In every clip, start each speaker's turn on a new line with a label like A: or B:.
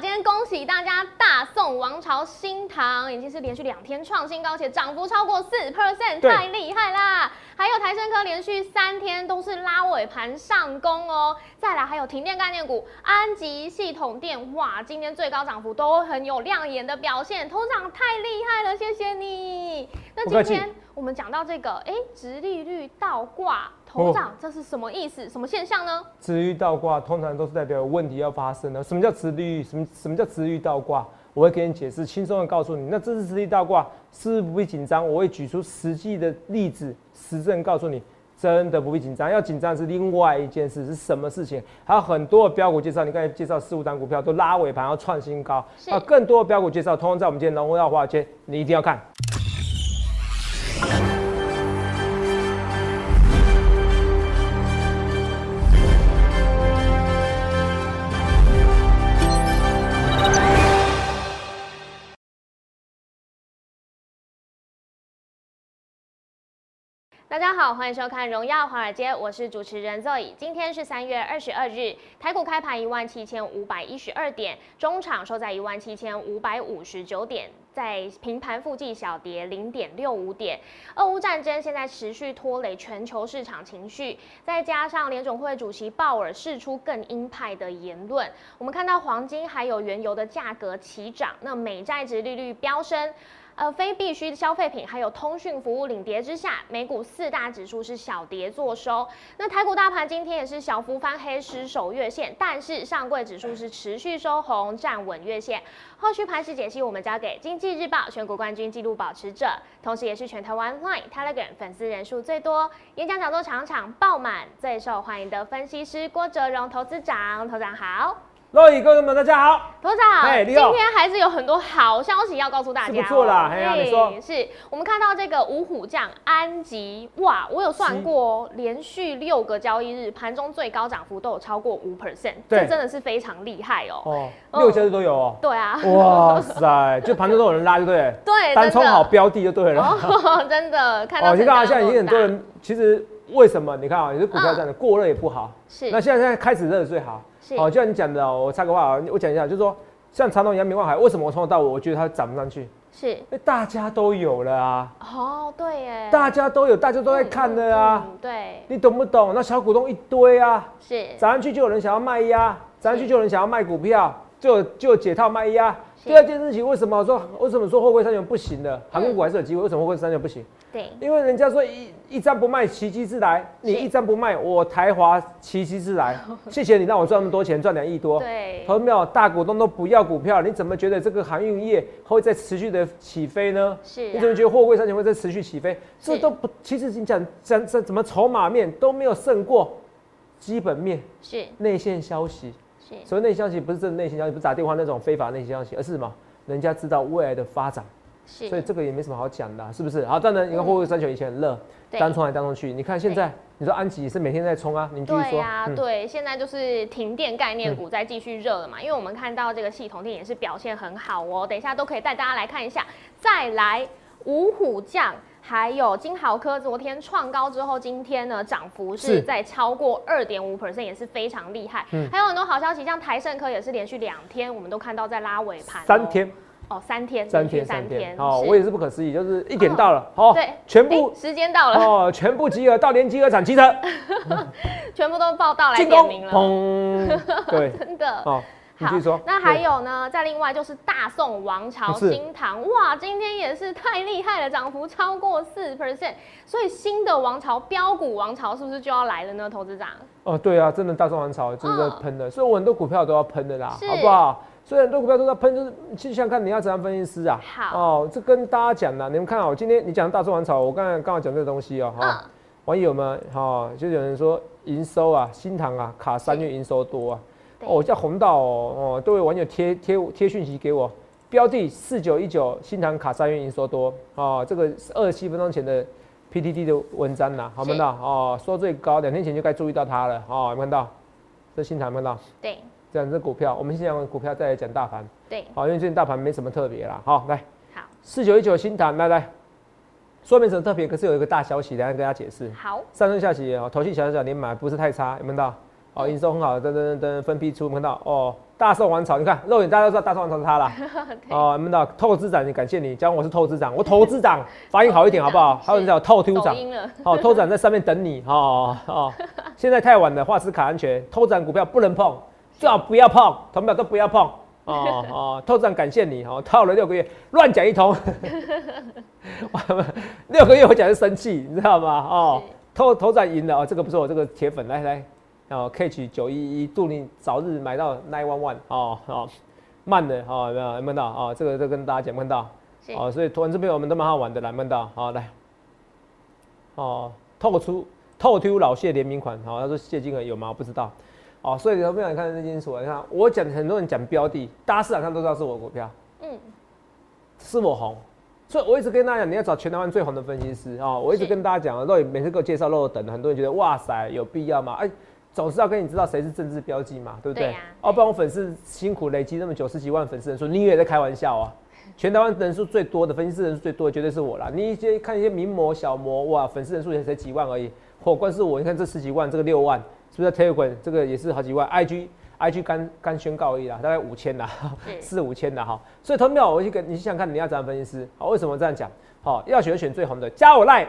A: 今天恭喜大家，大宋王朝新塘已经是连续两天创新高，且涨幅超过四 percent，
B: 对
A: 太厉害啦！还有台升科连续三天都是拉尾盘上攻哦。再来还有停电概念股安吉系统电，哇，今天最高涨幅都很有亮眼的表现，头长太厉害了，谢谢你。那
B: 不
A: 今
B: 客气
A: 天我们讲到这个，哎、直利率倒挂。头
B: 哦
A: 涨，这是什么意思？什么现象呢？
B: 值域倒挂通常都是代表有问题要发生了。什么叫值率？什么什么叫值域倒挂？我会给你解释，轻松的告诉你。那这次值率倒挂是不是不必紧张？我会举出实际的例子，实证告诉你，真的不必紧张。要紧张是另外一件事，是什么事情？还有很多的标股介绍，你刚才介绍四五档股票都拉尾盘要创新高，
A: 是
B: 那更多的标股介绍，通通在我们今天龙耀华尔街，你一定要看。
A: 大家好，欢迎收看《荣耀华尔街》，我是主持人 Zoe。今天是三月二十二日，台股开盘一万七千五百一十二点，中场收在一万七千五百五十九点，在平盘附近小跌零点六五点。俄乌战争现在持续拖累全球市场情绪，再加上联总会主席鲍尔释出更鹰派的言论，我们看到黄金还有原油的价格齐涨，那美债值利率飙升。呃，非必需消费品还有通讯服务领跌之下，美股四大指数是小跌作收。那台股大盘今天也是小幅翻黑失守月线，但是上柜指数是持续收红，站稳月线。后续盘势解析，我们交给经济日报全国冠军纪录保持者，同时也是全台湾 Line、Telegram 粉丝人数最多、演讲讲座场场爆满、最受欢迎的分析师郭哲荣投资长，投长好。
B: 各位观众们，大家好。
A: 头长，
B: 嘿
A: 今
B: 你好
A: 天还是有很多好消息要告诉大家哦、
B: 是不错啦嘿啊你说
A: 嘿是我们看到这个五虎将安吉，哇，我有算过哦，连续六个交易日盘中最高涨幅都有超过五 percent，这
B: 对
A: 真的是非常厉害哦、
B: 哦，
A: 哦
B: 六家都有哦。
A: 对啊，
B: 哇塞，就盘中都有人拉，对不对？
A: 对，
B: 单
A: 哎真
B: 冲
A: 的
B: 好标的就对了。
A: 哦， 真的看到
B: 哦，你
A: 成
B: 看
A: 交
B: 啊，
A: 量
B: 现在已
A: 都
B: 经很多
A: 大
B: 人，其实为什么？你看啊，有些股票这样的过热也不好，
A: 嗯是
B: 那现在现在开始热最好。
A: 是
B: 哦，就像你讲的哦，我插个话啊，我讲一下，就是说，像长隆、阳明、万海，为什么我从头到尾我觉得它涨不上去？
A: 是
B: 因为大家都有了啊，
A: 哦，对耶，
B: 大家都有，大家都在看的
A: 嗯，，
B: 啊
A: 嗯嗯对，
B: 你懂不懂？那小股东一堆啊，
A: 是
B: 涨上去就有人想要卖压，涨上去就有人想要卖股票，就有就有解套卖压。
A: 是嗯
B: 第二件事情，为什么我说为什么说后贵三雄不行的？航空股还是有机会，为什么后贵三雄不行？
A: 对，
B: 因为人家说一一张不卖，奇迹自来。你
A: 是
B: 一张不卖，我台华奇迹自 来。谢谢你让我赚那么多钱，赚两亿多。
A: 对，
B: 哦投没有大股东都不要股票，你怎么觉得这个航运业会再持续的起飞呢？
A: 是啊
B: 你怎么觉得货柜三千会再持续起飞？这
A: 是
B: 都不，其实你讲讲这怎么筹码面都没有胜过基本面
A: 是
B: 内线消息。
A: 是
B: 所谓内线消息不是真的内线消息，不是打电话那种非法内线消息，而是什么？人家知道未来的发展。
A: 是，
B: 所以这个也没什么好讲的啊、是不是？好，当然，你
A: 嗯
B: 看货柜三雄以前很热，
A: 对
B: 单冲来单冲去，你看现在，你说安吉也是每天在冲啊，你继续
A: 对
B: 说，
A: 呀、
B: 嗯
A: 对，现在就是停电概念股在继续热了嘛，因为我们看到这个系统电也是表现很好哦，等一下都可以带大家来看一下。再来五虎将。还有金豪科昨天创高之后，今天呢涨幅是
B: 是
A: 在超过二点五 percent，也是非常厉害。
B: 嗯
A: 还有很多好消息，像台盛科也是连续两天，我们都看到在拉尾盘、
B: 三天，
A: 哦，三天，
B: 三
A: 连续
B: 天，
A: 啊三
B: 三天，
A: 好，
B: 好，我也是不可思议，就是一点到了，好
A: 对，哎
B: 全部
A: 诶时间到了，
B: 哦，全部集合到连集合场集合，
A: 全部都报到来
B: 进
A: 点
B: 攻哦
A: 名，了，
B: 砰， 对，
A: 真的。
B: 哦，你
A: 好
B: 继续说，，
A: 那还有呢？再另外就是大宋王朝
B: 是
A: 新唐，哇，今天也是太厉害了，涨幅超过四 percent，所以新的王朝标股王朝是不是就要来了呢？投资长
B: 哦，对啊，真的大众王朝就是在喷的，所以我很多股票都要喷的啦，
A: 嗯是
B: 好不好？所以很多股票都在喷，就是去想看你要怎样分析师啊。
A: 好
B: 哦，这跟大家讲啦，你们看哦，今天你讲大众王朝，我刚才刚好讲这个东西哦，哈、
A: 嗯
B: 网友们哈、就有人说营收啊，新塘啊，卡三月营收多啊，
A: 对
B: 哦，我叫红道哦，哦，都有网友贴贴贴讯息给我，标的四九一九新塘卡三月营收多哦，这个是二十七分钟前的 PTT 的文章呐、好
A: 是
B: 看到哦，说最高两天前就该注意到它了哦，有没有看到？这新塘有没有看到？
A: 对
B: 这样这股票，我们先讲股票，再来讲大盘，
A: 对，
B: 好、因为最近大盘没什么特别啦，好、来。
A: 好
B: 四九一九新塘，来来，说没什么特别，可是有一个大消息，等一下跟大家解释。
A: 好
B: 上升下跌哦，投信小小小连买不是太差，有没有看到？哦，营收很好，噔噔噔噔，分批出，有没有看到？哦，大寿王朝，你看肉眼大家都知道大寿王朝 是他啦。哦，你们的透支长，你感谢你，讲我是透支长，我投资长，发音好一点好 不好？还有人叫我透丢
A: 啊抖
B: 长，
A: 音了，
B: 好、偷展在上面等你哦哦。现在太晚了，画质卡安全，偷展股票不能碰，最好不要碰，同票都不要碰。哦哦，偷展感谢你哦，套了六个月，乱讲一通， 我六个月我讲是生气，你知道吗？哦，偷偷展赢了哦，这个不错，这个铁粉来来，哦 K 取九一一，祝你早日买到 nine one one 哦哦，慢的哦，有没有有没有看到哦？这个这个跟大家讲，有没有看到
A: 是
B: 哦，所以突然这边我们都蛮好玩的啦，梦到好来，哦，透出透出老谢联名款，好、他说谢金额有吗？我不知道，哦，所以有没有人看那件事？你看我讲很多人讲标的，大家市场上都知道是我的股票，
A: 嗯，
B: 是我红，所以我一直跟大家讲，你要找全台湾最红的分析师啊、哦！我一直
A: 是
B: 跟大家讲，肉眼每次给我介绍肉眼等的，很多人觉得哇塞，有必要吗？哎、总是要跟你知道谁是政治标记嘛，对不对？
A: 对呀
B: 哦，不然我粉丝辛苦累积那么久十几万粉丝人数，你以为在开玩笑啊？全台湾人数最多的分析师人数最多的绝对是我啦。你一些看一些名模、小模，哇，粉丝人数也才几万而已。火关是我，你看这十几万，这个六万，是不是 Telegram 这个也是好几万？IG IG 刚刚宣告而已啦，大概五千啦。
A: 是，
B: 四五千的哈。所以投票，我去跟你想想看，你要怎样分析师？好，为什么这样讲？好，要选就选最红的，加我 line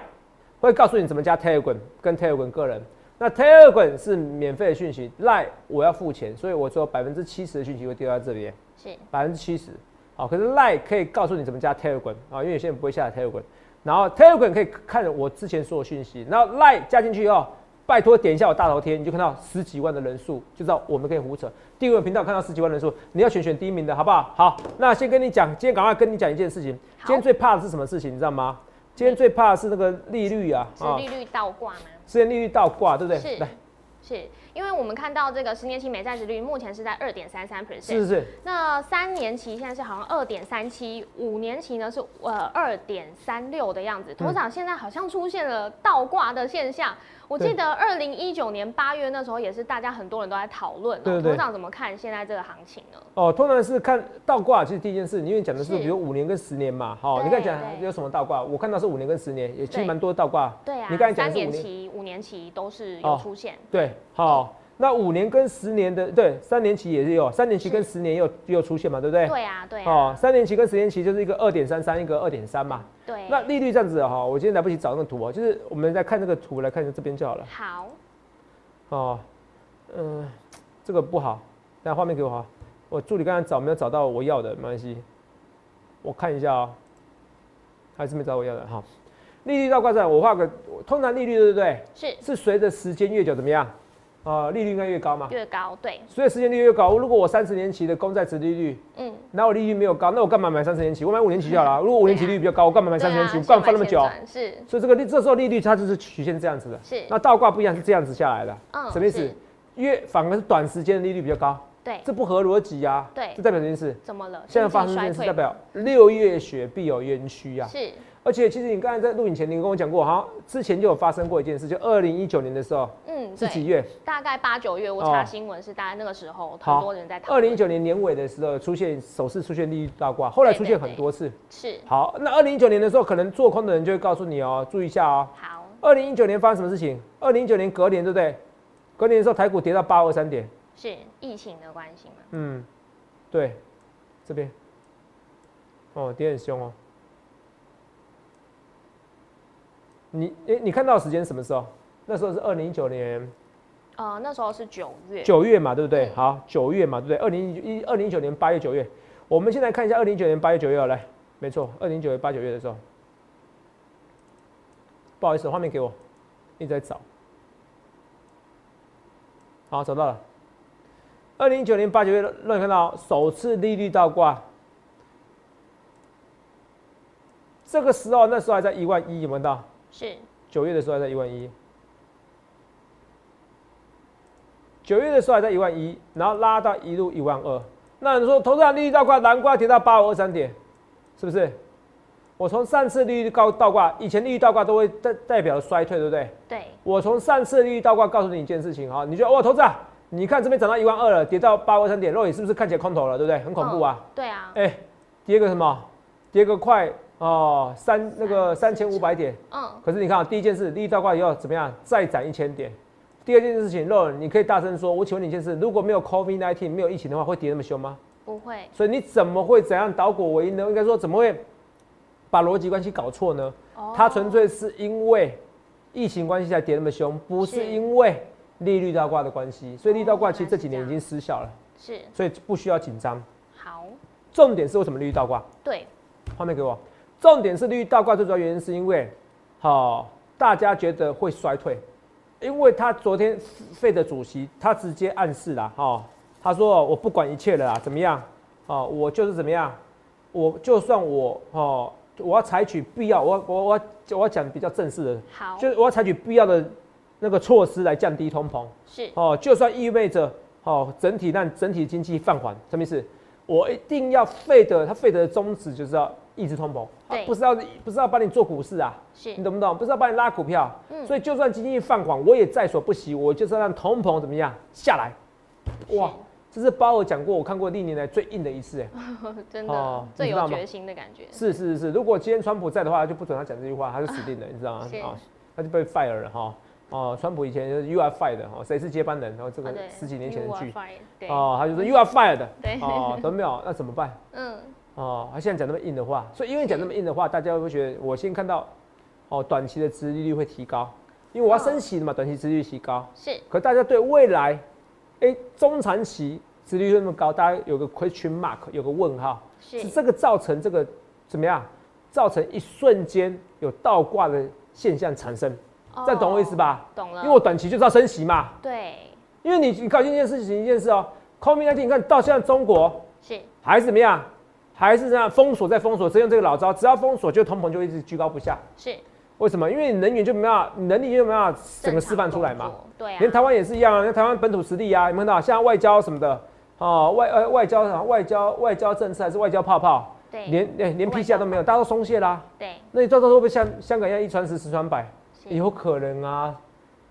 B: 会告诉你怎么加 Telegram 跟 Telegram 个人。那 Telegram 是免费的讯息，line 我要付钱，所以我说百分之七十的讯息会丢在这边。
A: 是，
B: 百分之七十。好，可是 Line 可以告诉你怎么加 Telegram 啊，因为有些人不会下载 Telegram，然后 Telegram 可以看我之前所有讯息，然后 Line 加进去以后，拜托点一下我大头贴，你就看到十几万的人数，就知道我们可以胡扯。第一个频道看到十几万人数，你要选选第一名的好不好？好，那先跟你讲，今天赶快跟你讲一件事情，
A: 好
B: 今天最怕的是什么事情，你知道吗？今天最怕的是那个利率啊，
A: 是利率倒挂吗？
B: 之前利率倒挂，对不对？
A: 是，是因为我们看到这个十年期美债殖利率目前是在二点三三 percent，
B: 是是是，
A: 那三年期现在是好像二点三七，五年期呢是呃二点三六的
B: 嗯
A: 样子。头长现在好像出现了倒挂的现象。我记
B: 对
A: 得二零一九年八月那时候也是大家很多人都在讨论、
B: 对
A: 哦，
B: 对对
A: 头长怎么看现在这个行情呢？
B: 哦，通常是看倒挂，其实第一件事，你因为讲的是
A: 是
B: 比如五年跟十年嘛，好、
A: 对
B: 你刚才讲
A: 对
B: 有什么倒挂？我看到是五年跟十年，也其
A: 对
B: 实蛮多倒挂。
A: 对啊
B: 你刚才，讲
A: 三
B: 的是
A: 年
B: 五年，
A: 期、五年期都是有
B: 哦
A: 出现，
B: 对，好、那五年跟十年的，对，三年期也是有，三年期
A: 是
B: 跟十年也有也有出现嘛，对不对？
A: 对啊，对啊，
B: 哦，三年期跟十年期就是一个二点三三，一个二点三嘛。
A: 对。
B: 那利率这样子哈、我今天来不及找那个图哦，就是我们来看这个图，来看一下这边就好了。
A: 好，
B: 哦，嗯、这个不好，那画面给我哈。我助理刚才找没有找到我要的，没关系，我看一下哦，还是没找到我要的哈。利率倒挂在，我画个，通常利率对不对？
A: 是
B: 是随着时间越久怎么样？啊、利率应该越高嘛。
A: 越高，对，
B: 随着时间利率越高，如果我三十年期的公债值利率，
A: 嗯，
B: 然后利率没有高，那我干嘛买三十年期？我买五年期就好了啊。如果五年期利率比较高，我干嘛买三十
A: 对
B: 年
A: 啊
B: 期？我
A: 现
B: 干嘛放
A: 买
B: 那么
A: 现
B: 久？
A: 赚是
B: 所以这个利这时候利率它就是曲线这样子的。
A: 是，
B: 那倒挂不一样，是这样子下来的。
A: 嗯
B: 什么意思
A: 是？
B: 越反而是短时间的利率比较高，
A: 对，
B: 这不合逻辑啊。
A: 对
B: 这代表这件事。
A: 怎么了？
B: 现在
A: 经济
B: 发生这
A: 衰
B: 件事，
A: 退
B: 代表六月雪必有冤屈啊！
A: 是，
B: 而且其实你刚才在录影前，你跟我讲过，好像之前就有发生过一件事，就二零一九年的时候
A: 嗯，
B: 是几
A: 对，
B: 月？
A: 大概八九月我
B: 哦
A: 查新闻是大概那个时候，很
B: 好
A: 多人在讨
B: 二
A: 论。
B: 零一九年年尾的时候出现首次出现利率倒挂，后来出现很多次。
A: 是
B: 好，那二零一九年的时候，可能做空的人就会告诉你哦，注意一下哦。
A: 好，
B: 二零一九年发生什么事情？二零一九年隔年对不对？隔年的时候台股跌到八二三点。
A: 是疫情的关系嘛？
B: 嗯，对，这边，哦，跌很凶哦。你诶、你看到的时间什么时候？那时候是二零一九年
A: 呃，那时候是九月，
B: 九月嘛，对不对？
A: 嗯
B: 好，九月嘛，对不对？二零一二零一九年八月九月，我们先来看一下二零一九年八月九月哦来，没错，二零一九年八九月的时候，不好意思，画面给我，一直在找。好，找到了。二零一九年八九月，让你看到首次利率倒挂。这个时候，那时候还在一万一，有没有看到？
A: 是
B: 九月的时候还在一万一，九月的时候还在一万一，然后拉到一路一万二。那你说投资长利率倒挂，南瓜跌到八五二三点，是不是？我从上次利率高倒挂，以前利率倒挂都会代代表衰退，对不对？
A: 对，
B: 我从上次利率倒挂告诉你一件事情哈，你觉得哇，哦投资长，你看这边涨到一万二了，跌到八五二三点，肉眼是不是看起来空头了，对不对？很恐怖啊！
A: 嗯，对啊，
B: 哎、跌个什么？跌个快哦，三那个三
A: 三
B: 千五百点。
A: 嗯，
B: 可是你看啊，第一件事，利率倒挂以后怎么样？再涨一千点。第二件事情，肉人，你可以大声说，我请问你一件事，如果没有 COVID-19 没有疫情的话，会跌那么凶吗？
A: 不会，
B: 所以你怎么会怎样倒果为因呢？应该说怎么会把逻辑关系搞错呢？
A: 哦
B: 它纯粹是因为疫情关系才跌那么凶，不是
A: 是
B: 因为利率倒挂的关系。所以利率倒挂其实这几年
A: 哦
B: 已
A: 原来
B: 经失效了，
A: 是
B: 所以不需要紧张。
A: 好，
B: 重点是为什么利率倒挂？
A: 对，
B: 画面给我。重点是利率倒挂最主要原因是因为，好、大家觉得会衰退，因为他昨天费的主席他直接暗示啦，哈、他说我不管一切了啦，怎么样？哦，我就是怎么样，我就算我哦，我要采取必要，我我我要我要讲比较正式的，
A: 好，
B: 就是我要采取必要的那个措施来降低通膨。
A: 是
B: 哦，就算意味着哦整体让整体经济放缓，什么意思？我一定要费德，它费德的宗旨就是要抑制通膨，它
A: 对
B: 啊不是要不是要帮你做股市啊，你
A: 是，
B: 懂不懂？不是要帮你拉股票，
A: 嗯
B: 所以就算经济放缓，我也在所不惜，我就是要让通膨怎么样下来。哇，这是鲍尔讲过，我看过历年来最硬的一次、哎，
A: 是 真的、
B: 哦
A: 最
B: 你知道
A: 有
B: 吗
A: 决心的感觉，
B: 是是是是，如果今天川普在的话，就不准他讲这句话，他就死定了，你知道吗
A: 是？
B: 啊，他就被 fire 了哈。哦，川普以前就是 U F I 的哈，谁是接班人？然后这
A: 哦
B: 个
A: 对
B: 十几年前
A: you
B: 的
A: are
B: 剧，
A: fired，对，
B: 哦，他就说 you are fired，
A: 对
B: 哦，懂没有？那怎么办？
A: 嗯，
B: 哦，他现在讲那么硬的话，所以因为讲那么硬的话，大家会觉得我先看到，哦，短期的殖利率会提高，因为我要升息了嘛，短期殖利率提高。
A: 是
B: 可大家对未来，哎、中长期殖利率那么高，大家有个 question mark，有个问号，
A: 是
B: 是这个造成这个怎么样？造成一瞬间有倒挂的现象产生，这样懂我意思？吧？
A: 哦懂了，
B: 因为我短期就是要升息嘛，
A: 对
B: 因为你你搞清一件事情一件事哦，COVID-19，你看到现在中国
A: 是
B: 还是怎么样，还是这样封锁再封锁，只用这个老招，只要封锁就通膨就一直居高不下。
A: 是
B: 为什么？因为你能源就没办法，你能力就没办法整个
A: 正常
B: 示范出来嘛
A: 工。作，对啊，
B: 连台湾也是一样啊，连台湾本土实力啊，有没有看到？像外交什么的，哦，外呃外交外交外交政策还是外交泡泡，
A: 对
B: 连连连 PCR 都没有，大家都松懈啦、
A: 对
B: 那你到时候会不会像香港一样一传十十传百？
A: 是
B: 有可能啊，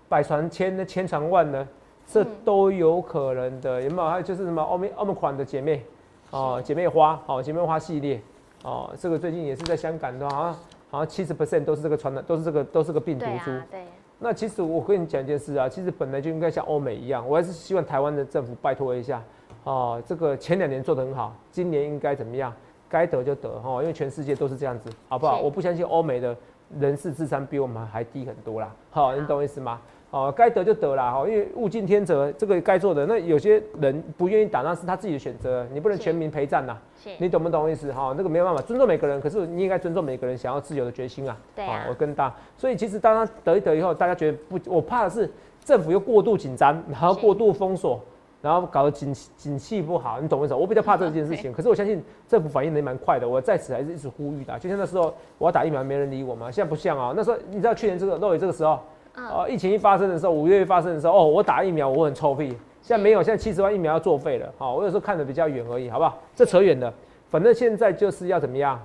B: 百传千那千传万
A: 嗯
B: 呢，这都有可能的，有没有？还有就是什么奥密奥密款的姐妹哦，姐妹花哦，姐妹花系列哦，这个最近也是在香港的话，好像好像七十 percent 都是这个传染，都是这个都是个病毒
A: 对
B: 株。
A: 啊对，
B: 那其实我跟你讲一件事啊，其实本来就应该像欧美一样，我还是希望台湾的政府拜托一下，哦，这个前两年做得很好，今年应该怎么样？该得就得哈、哦，因为全世界都是这样子，好不好？
A: 是
B: 我不相信欧美的人事智商比我们还低很多啦，好、你懂我意思吗？哦，该得就得啦，哈、因为物竞天择，这个该做的。那有些人不愿意打，那是他自己的选择，你不能
A: 是
B: 全民陪战呐。
A: 是
B: 你懂不懂我意思？哈、那个没有办法，尊重每个人，可是你应该尊重每个人想要自由的决心啊。
A: 对
B: 好
A: 啊
B: 我跟大，所以其实当他得一得以后，大家觉得不，我怕的是政府又过度紧张，然后
A: 是
B: 过度封锁，然后搞得景气景气不好，你懂我意思？我比较怕这件事
A: 嗯
B: 情，可是我相信政府反应能蛮快的。我在此还是一直呼吁的啊，就像那时候我要打疫苗，没人理我嘛。现在不像啊，那时候你知道去年这个落雨这个时候，
A: 嗯
B: 呃，疫情一发生的时候，五月发生的时候，哦，我打疫苗我很臭屁。现在没有，现在七十万疫苗要作废了。好、我有时候看的比较远而已，好不好？这扯远了。反正现在就是要怎么样，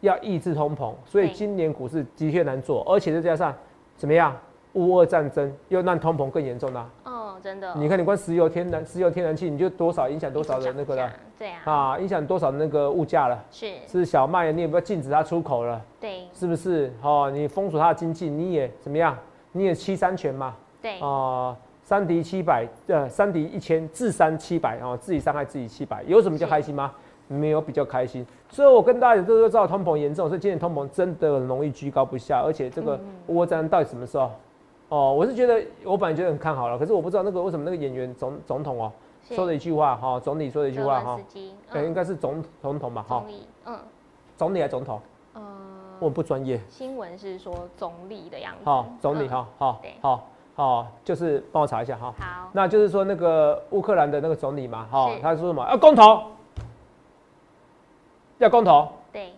B: 要抑制通膨，所以
A: 对
B: 今年股市的确难做，而且再加上怎么样，乌俄战争又让通膨更严重啦、
A: 嗯真的
B: 你看，你光石油、天然、石油、天然气，你就多少影响多少的那个了
A: 一直涨价对啊
B: 啊，影响多少的那个物价了。
A: 是
B: 是小麦，你也不要禁止它出口了，
A: 对
B: 是不是？哦，你封锁它的经济，你也怎么样？你也七三权嘛，
A: 对
B: 啊，三敌七百，呃，三敌一千，自伤七百啊，自己伤害自己七百，有什么叫
A: 是
B: 开心吗？没有比较开心，所以我跟大家都知道通膨严重，所以今年通膨真的很容易居高不下，而且这
A: 嗯
B: 个乌俄战争到底什么时候？哦，我是觉得我本来觉得很看好了，可是我不知道那个为什么那个演员总总统哦
A: 是
B: 说了一句话哈、总理说了一句话
A: 泽
B: 哈哎
A: 伦斯，基
B: 对，应
A: 嗯
B: 该是总总统吧哈、
A: 总理嗯
B: 总理还是总统，我
A: 嗯
B: 很不专业。
A: 新闻是说总理的样子
B: 好，总
A: 嗯
B: 理哦哈，好
A: 对，
B: 好，好，哦就是帮我查一下哦哈。
A: 好
B: 那就是说那个乌克兰的那个总理嘛，哈
A: 是，
B: 他说什么要啊公投，要公投，
A: 对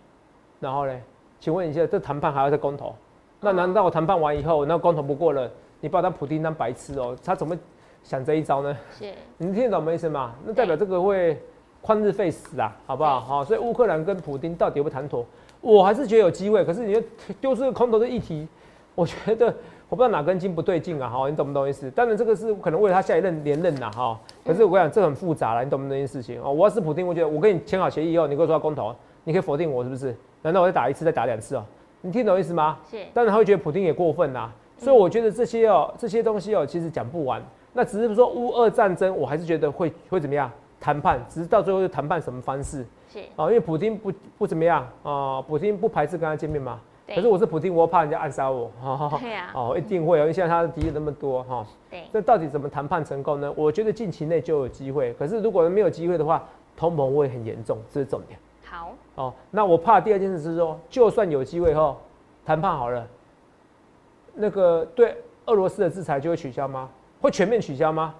B: 然后呢？请问一下，这谈判还要再公投？那难道谈判完以后，那公投不过了，你把他当普丁当白痴哦？他怎么想这一招呢？
A: 是
B: 你听得懂我们意思吗？那代表这个会旷日费时啊，好不好？好、所以乌克兰跟普丁到底有没有谈妥？我还是觉得有机会，可是你就丢出这个空头的议题，我觉得我不知道哪根筋不对劲啊，哈，你懂不懂意思？当然这个是可能为了他下一任连任呐，哈，可是我跟你讲这很复杂了，你懂不懂这件事情哦？我要是普丁，我觉得我跟你签好协议以后，你跟我说要公投，你可以否定我是不是？难道我再打一次再打两次哦？你听懂意思吗？
A: 是
B: 当然他会觉得普丁也过分啦、啊所以我觉得这些哦、这些东西哦、其实讲不完。那只是说乌俄战争，我还是觉得会会怎么样谈判，只是到最后是谈判什么方式
A: 是，
B: 啊、因为普京不不怎么样啊、普京不排斥跟他见面嘛。
A: 对
B: 可是我是普京，我怕人家暗杀我， 哈哈哈
A: 对啊
B: 哦，一定会哦，因为现在他的敌人那么多哈、
A: 对，
B: 那到底怎么谈判成功呢？我觉得近期内就有机会，可是如果没有机会的话，通膨会很严重，这是重点
A: 好，
B: 哦。那我怕第二件事是说，就算有机会后谈判好了，那个对俄罗斯的制裁就会取消吗？会全面取消吗？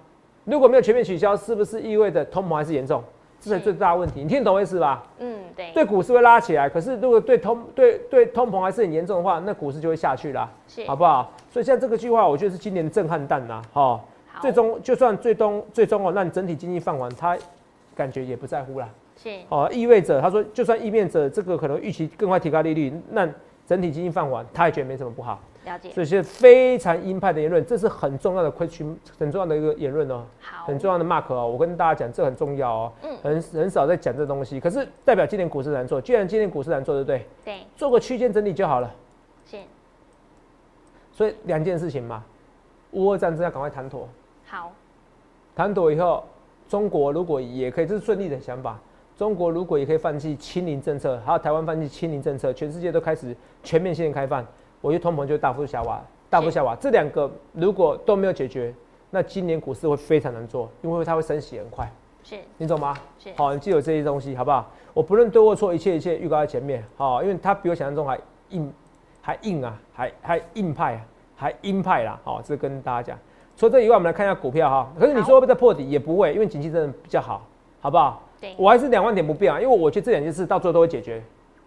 B: 如果没有全面取消，是不是意味着通膨还是严重？这是
A: 是
B: 最大的问题。你听得懂我意思吧？
A: 嗯，对，
B: 对股市会拉起来，可是如果对通对对通膨还是很严重的话，那股市就会下去啦，
A: 是，
B: 好不好？所以现在这个计划，我觉得是今年的震撼弹啦，哈、
A: 好
B: 最终就算最终最终哦，让整体经济放缓，他感觉也不在乎啦。
A: 是，
B: 哦，意味着他说，就算意味着这个可能预期更快提高利率，那整体经济放缓，他也觉得没什么不好。
A: 了解，
B: 所以是非常鹰派的言论，这是很重要的 question，很重要的一个言论哦，
A: 好，
B: 很重要的 mark 哦。我跟大家讲，这很重要哦，
A: 嗯
B: 很很少在讲这东西。可是代表今年股市难做，既然今年股市难做，对不对？
A: 对，
B: 做个区间整理就好了。
A: 是，
B: 所以两件事情嘛，乌俄战争要赶快谈妥，
A: 好，
B: 谈妥以后，中国如果也可以，这是顺利的想法。中国如果也可以放弃清零政策，还有台湾放弃清零政策，全世界都开始全面性开放，我觉得通膨就大幅下滑，大幅下滑。这两个如果都没有解决，那今年股市会非常难做，因为它会升息很快，
A: 是，
B: 你懂吗？
A: 是，
B: 好，你记得这些东西好不好？我不论对或错，一切一切预告在前面，好、因为它比我想象中还硬，还硬啊，还还硬派、啊，还鹰派啦，好、这跟大家讲。除了这以外，我们来看一下股票哈、可是你说会不会再破底？也不会，因为景气真的比较好，好不好？
A: 对，
B: 我还是两万点不变啊，因为我觉得这两件事到最后都会解决。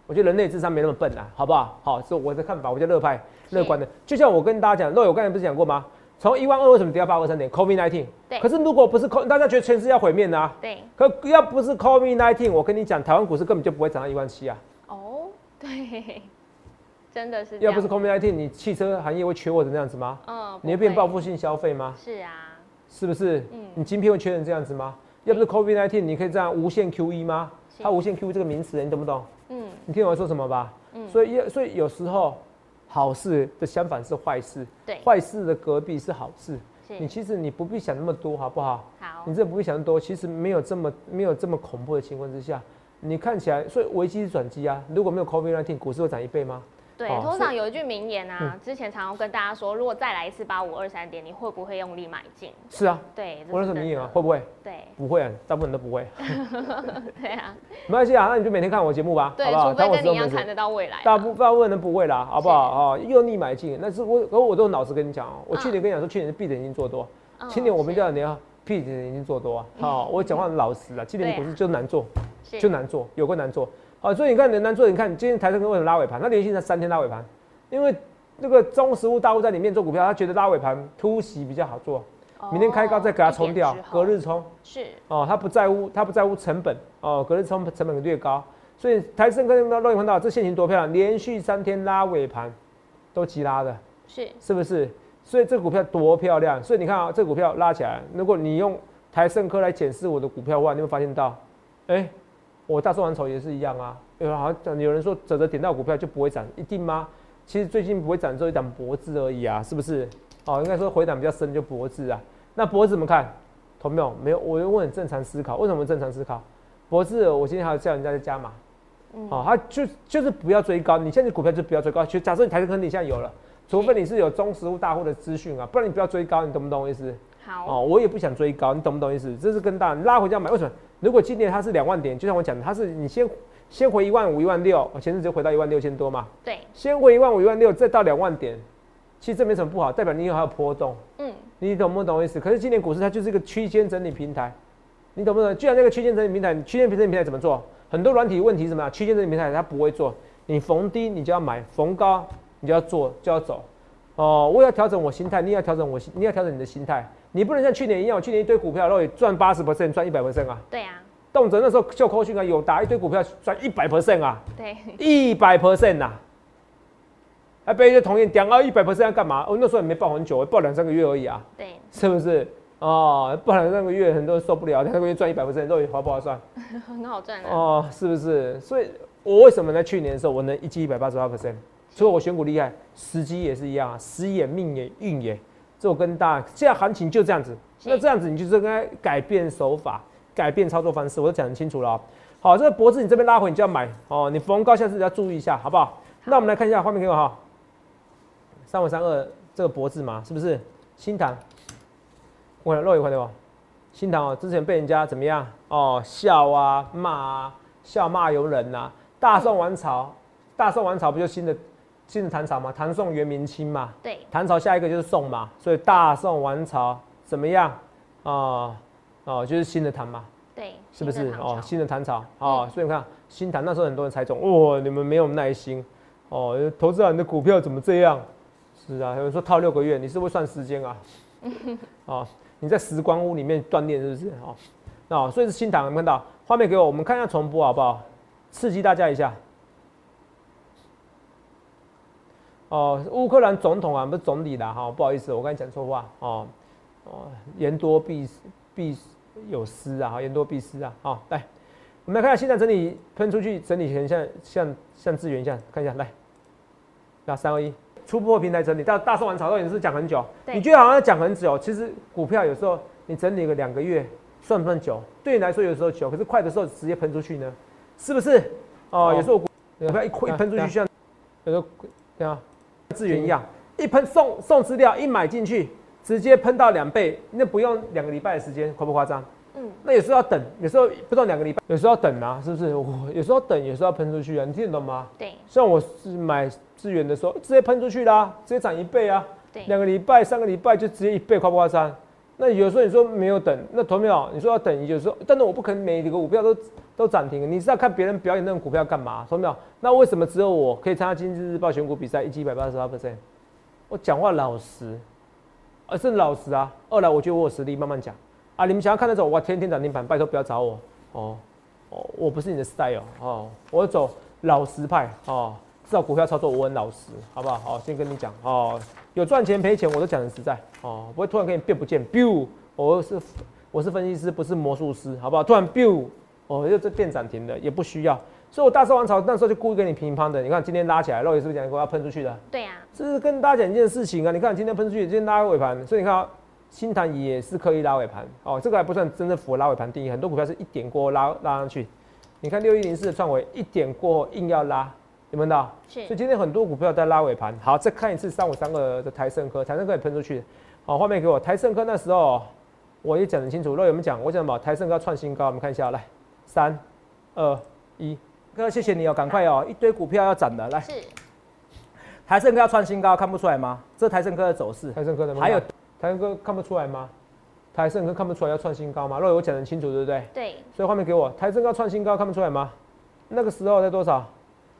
B: 我觉得人类智商没那么笨啊，好不好？好，这是我的看法，我觉得乐派
A: 是
B: 乐观的。就像我跟大家讲，肉，我刚才不是讲过吗？从一万二为什么跌到八二三点？COVID nineteen。
A: 对
B: 可是如果不是 CO，大家觉得全世界要毁灭呢、啊？
A: 对，
B: 可要不是 COVID nineteen，我跟你讲，台湾股市根本就不会涨到一万七啊！
A: 哦， 对，真的是这
B: 要
A: 样，
B: 不是 COVID nineteen，你汽车行业会缺货成这样子吗？
A: 嗯，
B: 你会
A: 不
B: 变报复性消费吗？
A: 是啊，
B: 是不是？
A: 嗯
B: 你晶片会缺成这样子吗？要不是 COVID nineteen，你可以这样无限 QE 吗？
A: 是
B: 它无限 QE 这个名词，你懂不懂？
A: 嗯，
B: 你听我说什么吧？
A: 嗯
B: 所以也所以有时候好事的相反是坏事，
A: 对，
B: 坏事的隔壁是好事。你
A: 是，
B: 其实你不必想那么多，好不好？
A: 好
B: 你，这不会想得多，其实没有这么没有这么恐怖的情况之下，你看起来，所以危机是转机啊！如果没有 COVID 1 9股市会涨一倍吗？
A: 对，
B: 哦嗯
A: 通
B: 是
A: 常有一句名言啊，之前常常跟大家说，如果再来一次八五二三点，你会不会用力买进？
B: 是啊，
A: 对，这
B: 我
A: 是
B: 那时候
A: 真
B: 你有啊，
A: 的
B: 会不会？
A: 对，
B: 不会啊，大部分人都 不会。
A: 对啊，
B: 没关系啊，那你就每天看我节目吧，
A: 对，
B: 好不好？
A: 除非
B: 我
A: 跟
B: 直播
A: 你一样
B: 没事
A: 看得到未来啦，
B: 大部大部分人不会啦，好不好？哦，用力买进，那是我，可我都老实跟你讲哦，我去年跟你讲说，去年是闭着眼睛做多，
A: 嗯
B: 今年我们叫你要闭着眼睛做多啊。好，我讲话很老实啊，今年
A: 对啊
B: 股市就难做，
A: 是
B: 就难做，有个难做。好，所以你看能难做，你看今天台升科为什么拉尾盘？它连续在三天拉尾盘，因为那个中实物大户在里面做股票，他觉得拉尾盘突袭比较好做，
A: 哦
B: 明天开高再给它冲掉，隔日冲。
A: 是
B: 哦，他不在乎，他不在乎成本哦，隔日冲成本略高，所以台盛跟肉眼看到这现行多漂亮，连续三天拉尾盘，都急拉的，
A: 是
B: 是不是？所以这股票多漂亮，所以你看啊，这股票拉起来，如果你用台盛科来检视我的股票的话，你会发现到，哎、我大众蓝筹也是一样啊，有人好像有人说折折点到股票就不会涨，一定吗？其实最近不会涨，只有一涨脖子而已啊，是不是？哦，应该说回档比较深就脖子啊。那脖子怎么看？同没有？没有，我问很正常思考，为什么正常思考？脖子，我今天还有叫人家再加码，
A: 嗯
B: 哦，他就就是不要追高，你现在股票就不要追高。就假设你台积科你现在有了，除非你是有中实物大户的资讯啊，不然你不要追高，你懂不懂我意思？
A: 好
B: 哦，我也不想追高，你懂不懂意思？这是跟大家拉回家买，为什么？如果今年它是两万点，就像我讲的，它是你先先回一万五、一万六，哦前阵子就回到一万六千多嘛，
A: 对，
B: 先回一万五、一万六，再到两万点，其实这没什么不好，代表你有还有波动，
A: 嗯
B: 你懂不懂意思？可是今年股市它就是一个区间整理平台，你懂不懂？既然那个区间整理平台，你区间整理平台怎么做？很多软体问题是什么啊？区间整理平台它不会做，你逢低你就要买，逢高你就要做就要走。哦，我要调整我心态，你也要调整我心，你也要调整你的心态，你不能像去年一样，我去年一堆股票，然后也赚八十 percent，赚一百 percent 啊，
A: 对啊
B: 动辄那时候秀扣讯啊，有打一堆股票赚一百 percent 啊，
A: 对
B: 一百 percent 呐，还被一些同业讲啊，一百 percent 要干嘛？我、那时候也没报很久，报两三个月而已啊。
A: 对
B: 是不是？哦，不然那个月很多人受不了，那个月赚一百分之到底划不划算？哦
A: 很好赚啊
B: 哦，是不是？所以我为什么在去年的时候我能一季一百八十八 percent？除了我选股厉害，时机也是一样啊，时也、命也、运也，这我跟大家，现在行情就这样子。
A: 是
B: 那这样子你就是应该改变手法，改变操作方式，我都讲得很清楚了、哦。好，这个脖子你这边拉回，你就要买哦。你逢高下次要注意一下，好不好？那我们来看一下画面给我哈，三五三二这个脖子嘛，是不是？新塘，我看肉一块对吧？新塘哦，之前被人家怎么样哦？笑啊，骂啊，笑骂由人呐、大宋王朝，大宋王朝不就新的新的唐朝吗？唐宋元明清嘛，
A: 对，
B: 唐朝下一个就是宋嘛，所以大宋王朝怎么样啊？哦、就是新的唐嘛，
A: 对，
B: 是不是
A: 新的？唐
B: 哦，
A: 朝
B: 新的唐朝哦，所以你看新唐那时候很多人猜中，哇、你们没有耐心哦，投资人的股票怎么这样？是啊，有人说套六个月，你是不是算时间 啊？哦，你在时光屋里面锻炼是不是？哦，那、哦、所以是新唐，有没有看到画面给我，我们看一下重播好不好？刺激大家一下。哦，乌克兰总统啊，不是总理啦，哈、不好意思，我刚才讲错话哦哦，言多必必有失啊，哈言多必失啊，好、来，我们来看一下现在整理喷出去，整理成像像像资源一下，看一下来，那三二一，突破平台整理，大大宋王朝到底是讲很久，
A: 对
B: 你觉得好像讲很久，其实股票有时候你整理个两个月算不算久？对你来说有时候久，可是快的时候直接喷出去呢，是不是？哦，
C: 哦
B: 有时候股股票一亏
C: 对啊
B: 喷出去
C: 对
B: 像，有时候对啊，资源一样，一喷送送资料，一买进去直接喷到两倍，那不用两个礼拜的时间，夸不夸张？
A: 嗯，
B: 那有时候要等，有时候不到两个礼拜，有时候要等啊，是不是？我有时候要等，有时候要喷出去啊，你听得懂吗？
A: 对
B: 像我是买资源的时候，直接喷出去啦、直接涨一倍啊，
A: 对
B: 两个礼拜、三个礼拜就直接一倍，夸不夸张？那有时候你说没有等，那投票你说要等，有时候，但是我不可能每一个股票都都涨停，你是要看别人表演那种股票干嘛？投票，那为什么只有我可以参加《经济日报》选股比赛，一期一百八十八 percent？我讲话老实，而是老实啊。二来我觉得我有实力，慢慢讲啊。你们想要看那种哇天天涨停板，拜托不要找我哦哦，我不是你的 style 哦，我走老实派哦。至少股票操作我很老实，好不好？好、先跟你讲哦，有赚钱赔钱我都讲的实在哦，不会突然给你变不见，biu，我是我是分析师，不是魔术师，好不好？突然 biu，哦，又这变涨停了，也不需要。所以我大宋王朝那时候就故意跟你平乓的，你看今天拉起来，肉也是不是讲给我要喷出去的？
A: 对啊，
B: 这是跟大家讲一件事情啊，你看今天喷出去，今天拉尾盘，所以你看啊新塘也是刻意拉尾盘哦，这个还不算真的符合拉尾盘定义，很多股票是一点过后拉拉上去。你看六一零四的创维一点过后硬要拉，有没有看到？所以
A: 是，
B: 今天很多股票在拉尾盘。好，再看一次三五三二的台盛科，台盛科也喷出去。好，画面给我。台盛科那时候我也讲得很清楚，肉有没有讲？我讲什么？台盛科要创新高，我们看一下，来，三、二、一。哥，谢谢你哦，赶快 哦，一堆股票要涨的，来，
A: 是，
C: 台盛科要创新高，看不出来吗？这台盛科的走势，
B: 台盛科的吗？
C: 还有
B: 台盛科看不出来吗？台盛科看不出来要创新高吗？肉有讲得很清楚，对不对？
A: 对，
B: 所以画面给我，台盛高创新高，看不出来吗？那个时候才多少？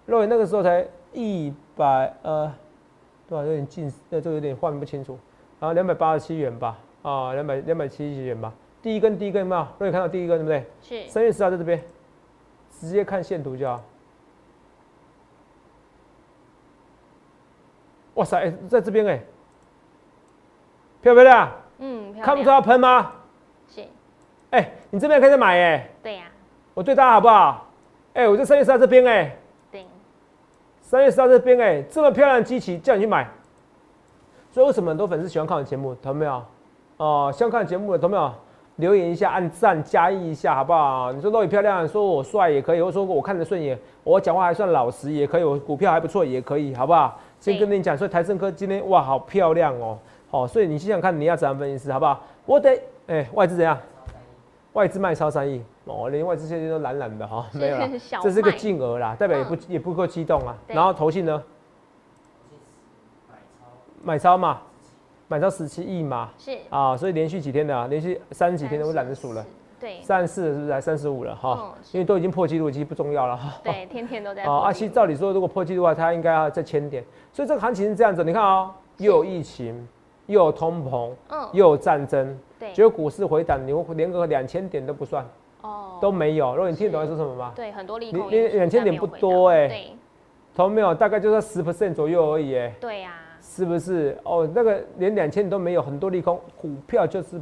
B: 肉眼那个时候才一百呃，多少有点近，那这个有点画面不清楚。然后两百八十七元吧，啊，两百两百七十元吧。第一根第一根有没有？肉眼看到第一根对不对？
A: 是，
B: 三月十号在这边，直接看线图就好。哇塞，欸在这边哎、漂不漂亮？
A: 嗯，漂亮
B: 看不出要喷吗？
A: 是，
B: 哎、你这边可以再买哎、
A: 对啊呀，
B: 我对大家好不好？哎、我在三月十号这边哎、
A: 对，
B: 三月十号这边哎、这么漂亮的机器叫你去买，所以为什么很多粉丝喜欢看我的节目，懂没有？哦、喜欢看节目的懂没有？留言一下，按赞加一一下，好不好？你说肉也漂亮，说我帅也可以，或者说我看得顺眼，我讲话还算老实也可以，我股票还不错也可以，好不好？先跟你讲，所以台盛科今天哇，好漂亮哦，好、所以你想想看，你要怎样分析师，好不好？我得，哎、外资怎样？外资卖超三亿哦，连外资现在都懒懒的哈、 没有了。
A: 是小
B: 这是个
A: 麦
B: 净额啦，代表也不、
A: 嗯
B: 也不够激动啊。
A: 对
B: 然后投信呢，买超嘛，买超十七亿嘛，
A: 是
B: 啊，所以连续几天的、啊，连续三十几天的我懒得数了，，
A: 对
B: 三十四是不是？三十五了哈
A: 嗯，是
B: 因为都已经破纪录，其实不重要了哈。
A: 对，天天都在
B: 哦，
A: 破
B: 啊，
A: 纪
B: 其实
A: 录
B: 照理说，如果破纪录的话，它应该要再千点。所以这个行情是这样子，你看哦，又有疫情，又有通膨，
A: 嗯，
B: 又有战争，
A: 对，
B: 结果股市回档，你连个两千点都不算，
A: 哦
B: 都没有。如果你听得懂在
A: 是
B: 说什么吗？
A: 对，很多利
B: 你
A: 空
B: 你
A: 因素
B: 两千
A: 但
B: 点
A: 没有
B: 不
A: 回
B: 多
A: 档
B: 欸
A: 对
B: 投没有，大概就在十 percent 左右而已，哎。
A: 对啊呀，
B: 是不是？哦，那个连两千都没有，很多利空，股票就是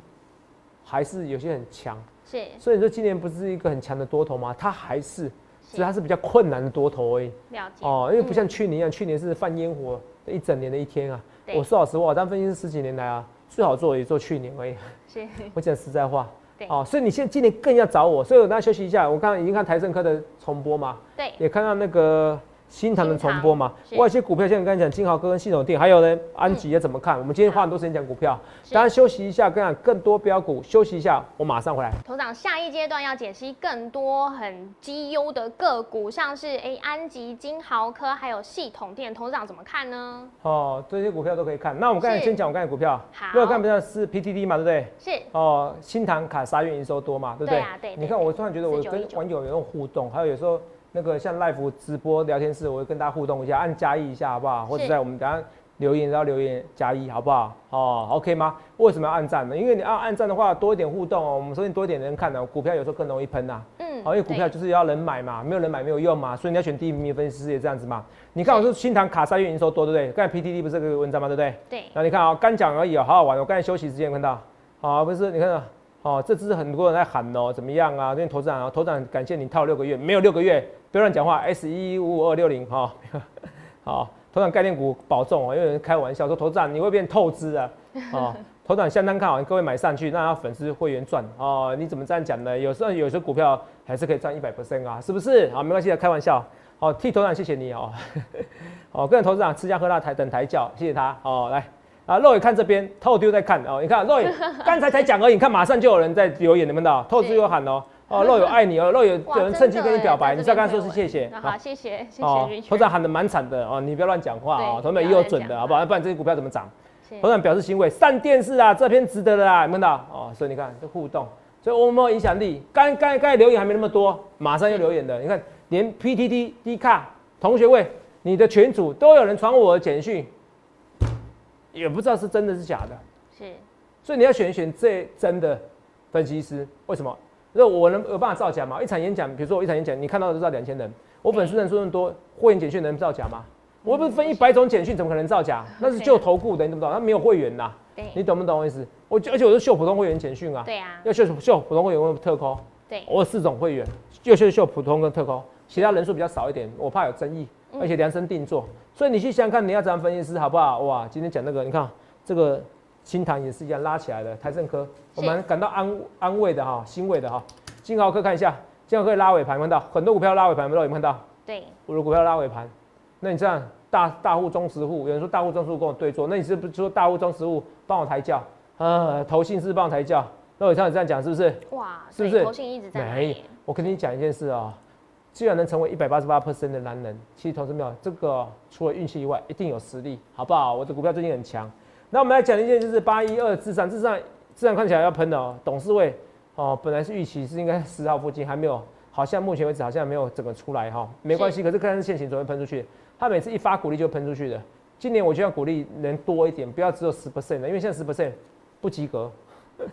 B: 还是有些很强，
A: 是
B: 所以你说今年不是一个很强的多头吗？它还是，只是它是比较困难的多头而已
A: 了解
B: 哦，因为不
A: 嗯
B: 像去年一样，去年是放烟火一整年的一天啊。
A: 对
B: 我说老实话，我当分析师十几年来啊，最好做也做去年而已。
A: 是
B: 我讲实在话
A: 对，
B: 哦，所以你现在今年更要找我，所以我那休息一下，我刚刚已经看台盛科的重播嘛，
A: 对
B: 也看到那个新塘的重播嘛
A: 新，塘是
B: 我有些股票，像你刚才讲金豪哥跟系统店，还有呢安吉也怎么看？我们今天花很多时间讲股票，
A: 是
B: 当然休息一下，跟你讲更多标股，休息一下，我马上回来。
A: 头长下一阶段要解析更多很绩优的个股，像是哎安吉、金豪科还有系统店，头长怎么看呢？
B: 哦，这些股票都可以看。那我们刚才
A: 是
B: 先讲我刚才股票，
A: 好
B: 那我刚才不是是 PTD 嘛，对不对？
A: 是
B: 哦，新塘卡沙月营收多嘛，对不
A: 对
B: 对？
A: 啊对对
B: 你看，我突然觉得我
A: 4919
B: 跟网友有那种互动，还有有时候那个像 live 直播聊天室，我会跟大家互动一下，按加一一下好不好？或者
A: 是
B: 在我们等下留言，然后留言加一好不好？哦，OK 吗？为什么要按赞呢？因为你要按赞的话，多一点互动哦，我们首先多一点人看呢、股票有时候更容易喷呐、哦
A: 嗯
B: 好、因为股票
A: 对
B: 就是要人买嘛，没有人买没有用嘛，所以你要选第一名分析师也这样子嘛。你看我说新塘卡沙月营收多，对不对？刚才 PTT 不是这个文章嘛，对不对？
A: 对
B: 那你看啊、刚讲而已、哦，好好玩、哦。我刚才休息时间有看到，好、不是你看啊，哦，这只是很多人在喊哦，怎么样啊？因为头长啊，头长感谢你套六个月，没有六个月，不要乱讲话。S 一五五二六零哈， 好，头长概念股保重哦，因为有人开玩笑说头长你会变透支啊，哦。头长相当看好，各位买上去，让他粉丝会员赚哦。你怎么这样讲呢？有时候有些股票还是可以赚一百 percent 啊，是不是？好，没关系的，开玩笑。好、替头长谢谢你哦。 哦，跟着投资长吃香喝辣台等抬轿，谢谢他。哦，来啊，肉眼看这边，透丢在看哦。你看 肉眼刚才才讲而已，你看马上就有人在留言，能不能到？透丢有喊哦，哦，肉友爱你哦，肉友
A: 哇
B: 有人
A: 真
B: 趁机
A: 的
B: 跟你
A: 耶
B: 表白，
A: 在
B: 你
A: 这
B: 知道
A: 边
B: 刚才说是
A: 推
B: 谢
A: 文
B: 谢。
A: 那
B: 好
A: 好，谢谢谢谢
B: 哦，头
A: Richard，
B: 长喊的蛮惨的哦，你不要乱讲话哦
A: 对，
B: 头长也
A: 不要乱
B: 有准的，
A: 讲
B: 好不好？不然这些股票怎么涨？
A: 是
B: 头长表示欣慰，上电视啊，这篇值得的啦，有没有看到？哦，所以你看这互动，所以我们有没有影响力？刚刚刚才留言还没那么多，马上又留言的，你看连 PTT、D 卡同学会、你的群主都有人传我的简讯，也不知道是真的是假的，
A: 是
B: 所以你要选一选最真的分析师，为什么？那我能有办法造假吗？一场演讲，比如说我一场演讲，你看到的都是两千人，我粉丝人数那么多，会员简讯能造假吗？我又不是分一百种简讯，怎么可能造假？那是就投顾的，你懂不懂？他没有会员呐、你
A: 对
B: 懂不懂我意思？我就而且我是秀普通会员简讯啊，
A: 对啊
B: 要秀秀普通会员我有特扣，
A: 对
B: 我有四种会员，就是秀普通跟特扣，其他人数比较少一点，我怕有争议，
A: 嗯
B: 而且量身定做，所以你去想想看，你要怎样分析师好不好？哇，今天讲那个，你看这个新塘也是一样拉起来的，台盛科，我们感到安安慰的哈，欣慰的哈。金豪科看一下，金豪科拉尾盘有没有看到很多股票拉尾盘，有没有有没有看到？
A: 对
B: 我的股票拉尾盘，那你这样大大户中实户，有人说大户中实户跟我对坐，那你是不是说大户中实户帮我抬轿？啊，投信是帮我抬轿，那我像你这样讲是不是？
A: 哇，
B: 是不
A: 对
B: 是
A: 投信一直在买
B: 没
A: 耶，
B: 我跟你讲一件事啊、既然能成为一百八十八 percent 的男人，其实投资没有这个哦、除了运气以外，一定有实力，好不好？我的股票最近很强。那我们来讲一件，就是八一二智商，智商智商看起来要喷的哦。董事会哦，本来是预期是应该十号附近，还没有，好像目前为止好像没有整个出来哈、没关系，可是看是现行准备喷出去，他每次一发鼓励就喷出去的。今年我就要鼓励能多一点，不要只有十 percent 的，因为现在十 percent 不及格，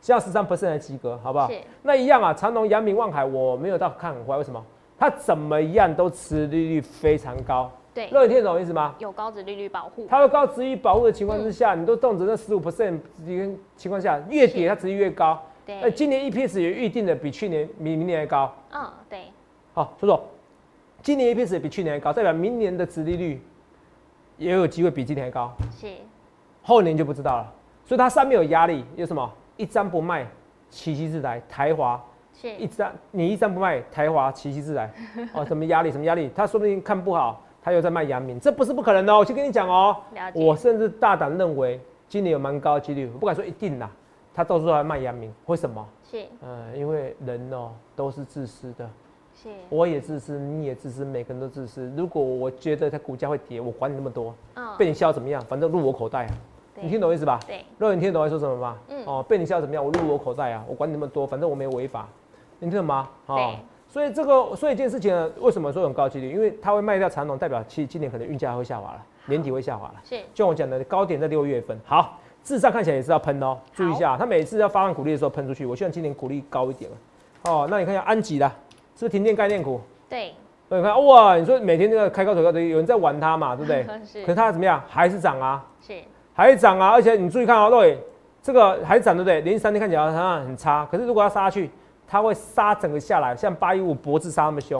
B: 是要十三 percent 才及格，好不好？
A: 是
B: 那一样啊，长隆、阳明、望海，我没有到看很坏，为什么？它怎么样都持利率非常高，
A: 对
B: 那你听得懂我意思吗？
A: 有高值利率保护，
B: 它会高值率保护的情况之下，你都动辄那十五 percent 情况下，越跌它值率越高。那
A: 对，
B: 哎今年 EPS 也预定的比去年、比明年还高。
A: 嗯对
B: 好，叔叔，今年 EPS 也比去年还高，代表明年的值利率也有机会比今年还高，
A: 是
B: 后年就不知道了。所以它上面有压力，有什么？一张不卖，奇迹自来，台华一
A: 是
B: 张你一张不卖，台华奇袭自来，哦，什么压力什么压力？他说不定看不好，他又在卖阳明，这不是不可能的、哦。我先跟你讲哦，
A: 了解
B: 我甚至大胆认为今年有蛮高的几率，我不敢说一定啦，他到时候还卖阳明，为什么？
A: 是
B: 嗯，因为人哦都是自私的，
A: 是
B: 我也自私，你也自私，每个人都自私。如果我觉得它股价会跌，我管你那么多，
A: 嗯
B: 被你笑怎么样？反正入我口袋啊，你
A: 懂
B: 听懂我意思吧？
A: 对
B: 肉眼听得懂我在说什么吗？
A: 嗯
B: 哦，被你笑怎么样？我入我口袋啊，我管你那么多，反正我没违法，你听懂吗？哦
A: 对，
B: 所以这个，所以一件事情呢，为什么说很高几率？因为它会卖掉长龙，代表其实今年可能运价会下滑了，年底会下滑了。
A: 是
B: 就像我讲的，高点在六月份。好，智商看起来也是要喷哦，注意一下，它每次要发放鼓励的时候喷出去。我希望今年鼓励高一点了。哦，那你看一下安吉啦，是不是停电概念股？
A: 对
B: 对，你看哇，你说每天这个开高走高的，有人在玩它嘛，对不对？
A: 是
B: 可是它怎么样，还是涨啊？
A: 是
B: 还涨哦啊！而且你注意看啊，对，这个还涨对不对？连续三天看起来好像很差，可是如果要杀下去，它会杀整个下来，像八一五脖子杀那么凶，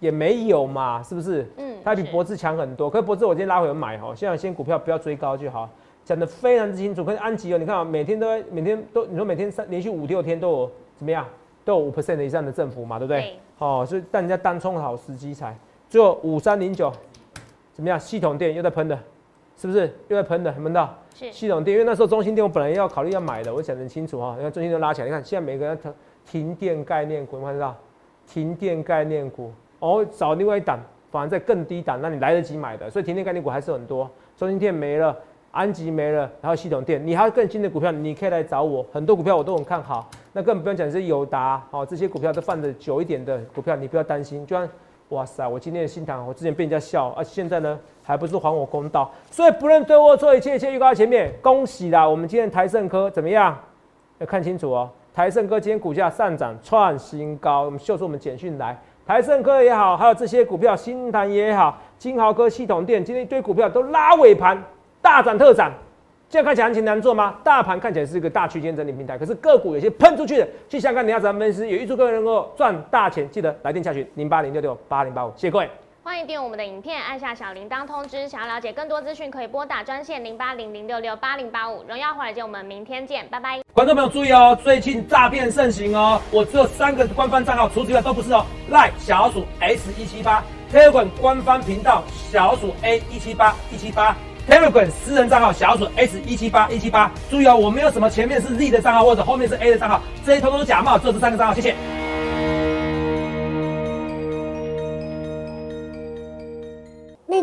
B: 也没有嘛，是不是？
A: 嗯
B: 它比
A: 是
B: 脖子强很多。可是脖子我今天拉回来买哦，现在先股票不要追高就好，讲的非常之清楚。可是安吉哦，你看啊、每天都在每天都你说每天三连续五六天都有怎么样，都有五 percent 以上的振幅嘛，对不对？
A: 对
B: 哦，所以但人家单冲好时机才。最后五三零九怎么样？系统店又在喷的，是不是又在喷的？有没有看到？
A: 是
B: 系统店，因为那时候中心店我本来要考虑要买的，我想得很清楚哈、你看中心店拉起来，你看现在每个人停停电概念股，有没有看到？停电概念股，哦，找另外一档，反而在更低档，那你来得及买的，所以停电概念股还是很多。中心店没了，安吉没了，然后系统店，你还有更新的股票，你可以来找我，很多股票我都很看好。那更不用讲是友达，哦，这些股票都放的久一点的股票，你不要担心。就像哇塞，我今天的新塘，我之前被人家笑，啊，现在呢还不是还我公道？所以不论对或错，一切一切预告在前面。恭喜啦，我们今天台盛科怎么样？要看清楚哦。台盛科今天股价上涨创新高，我们秀出我们简讯来。台盛科也好，还有这些股票，新塘也好，金豪科系统店，今天一堆股票都拉尾盘，大涨特涨。这样看起来行情难做吗？大盘看起来是一个大区间整理平台，可是个股有些喷出去的，去香港你要怎么分析？也预祝各位能够赚大钱，记得来电下询零八零六六八零八五，谢谢各位。
A: 欢迎订阅我们的影片，按下小铃铛通知。想要了解更多资讯，可以拨打专线零八零零六六八零八五。荣耀华尔街，我们明天见，拜拜。
B: 观众朋友注意哦，最近诈骗盛行哦，我只有三个官方账号，除此之外都不是哦。赖小老鼠 S 一七八，Telegram 官方频道小老鼠 A 一七八一七八，Telegram 私人账号小老鼠 S 一七八一七八。注意哦，我没有什么前面是 Z 的账号或者后面是 A 的账号，这些通通都假冒，只有这三个账号，谢谢。
D: 立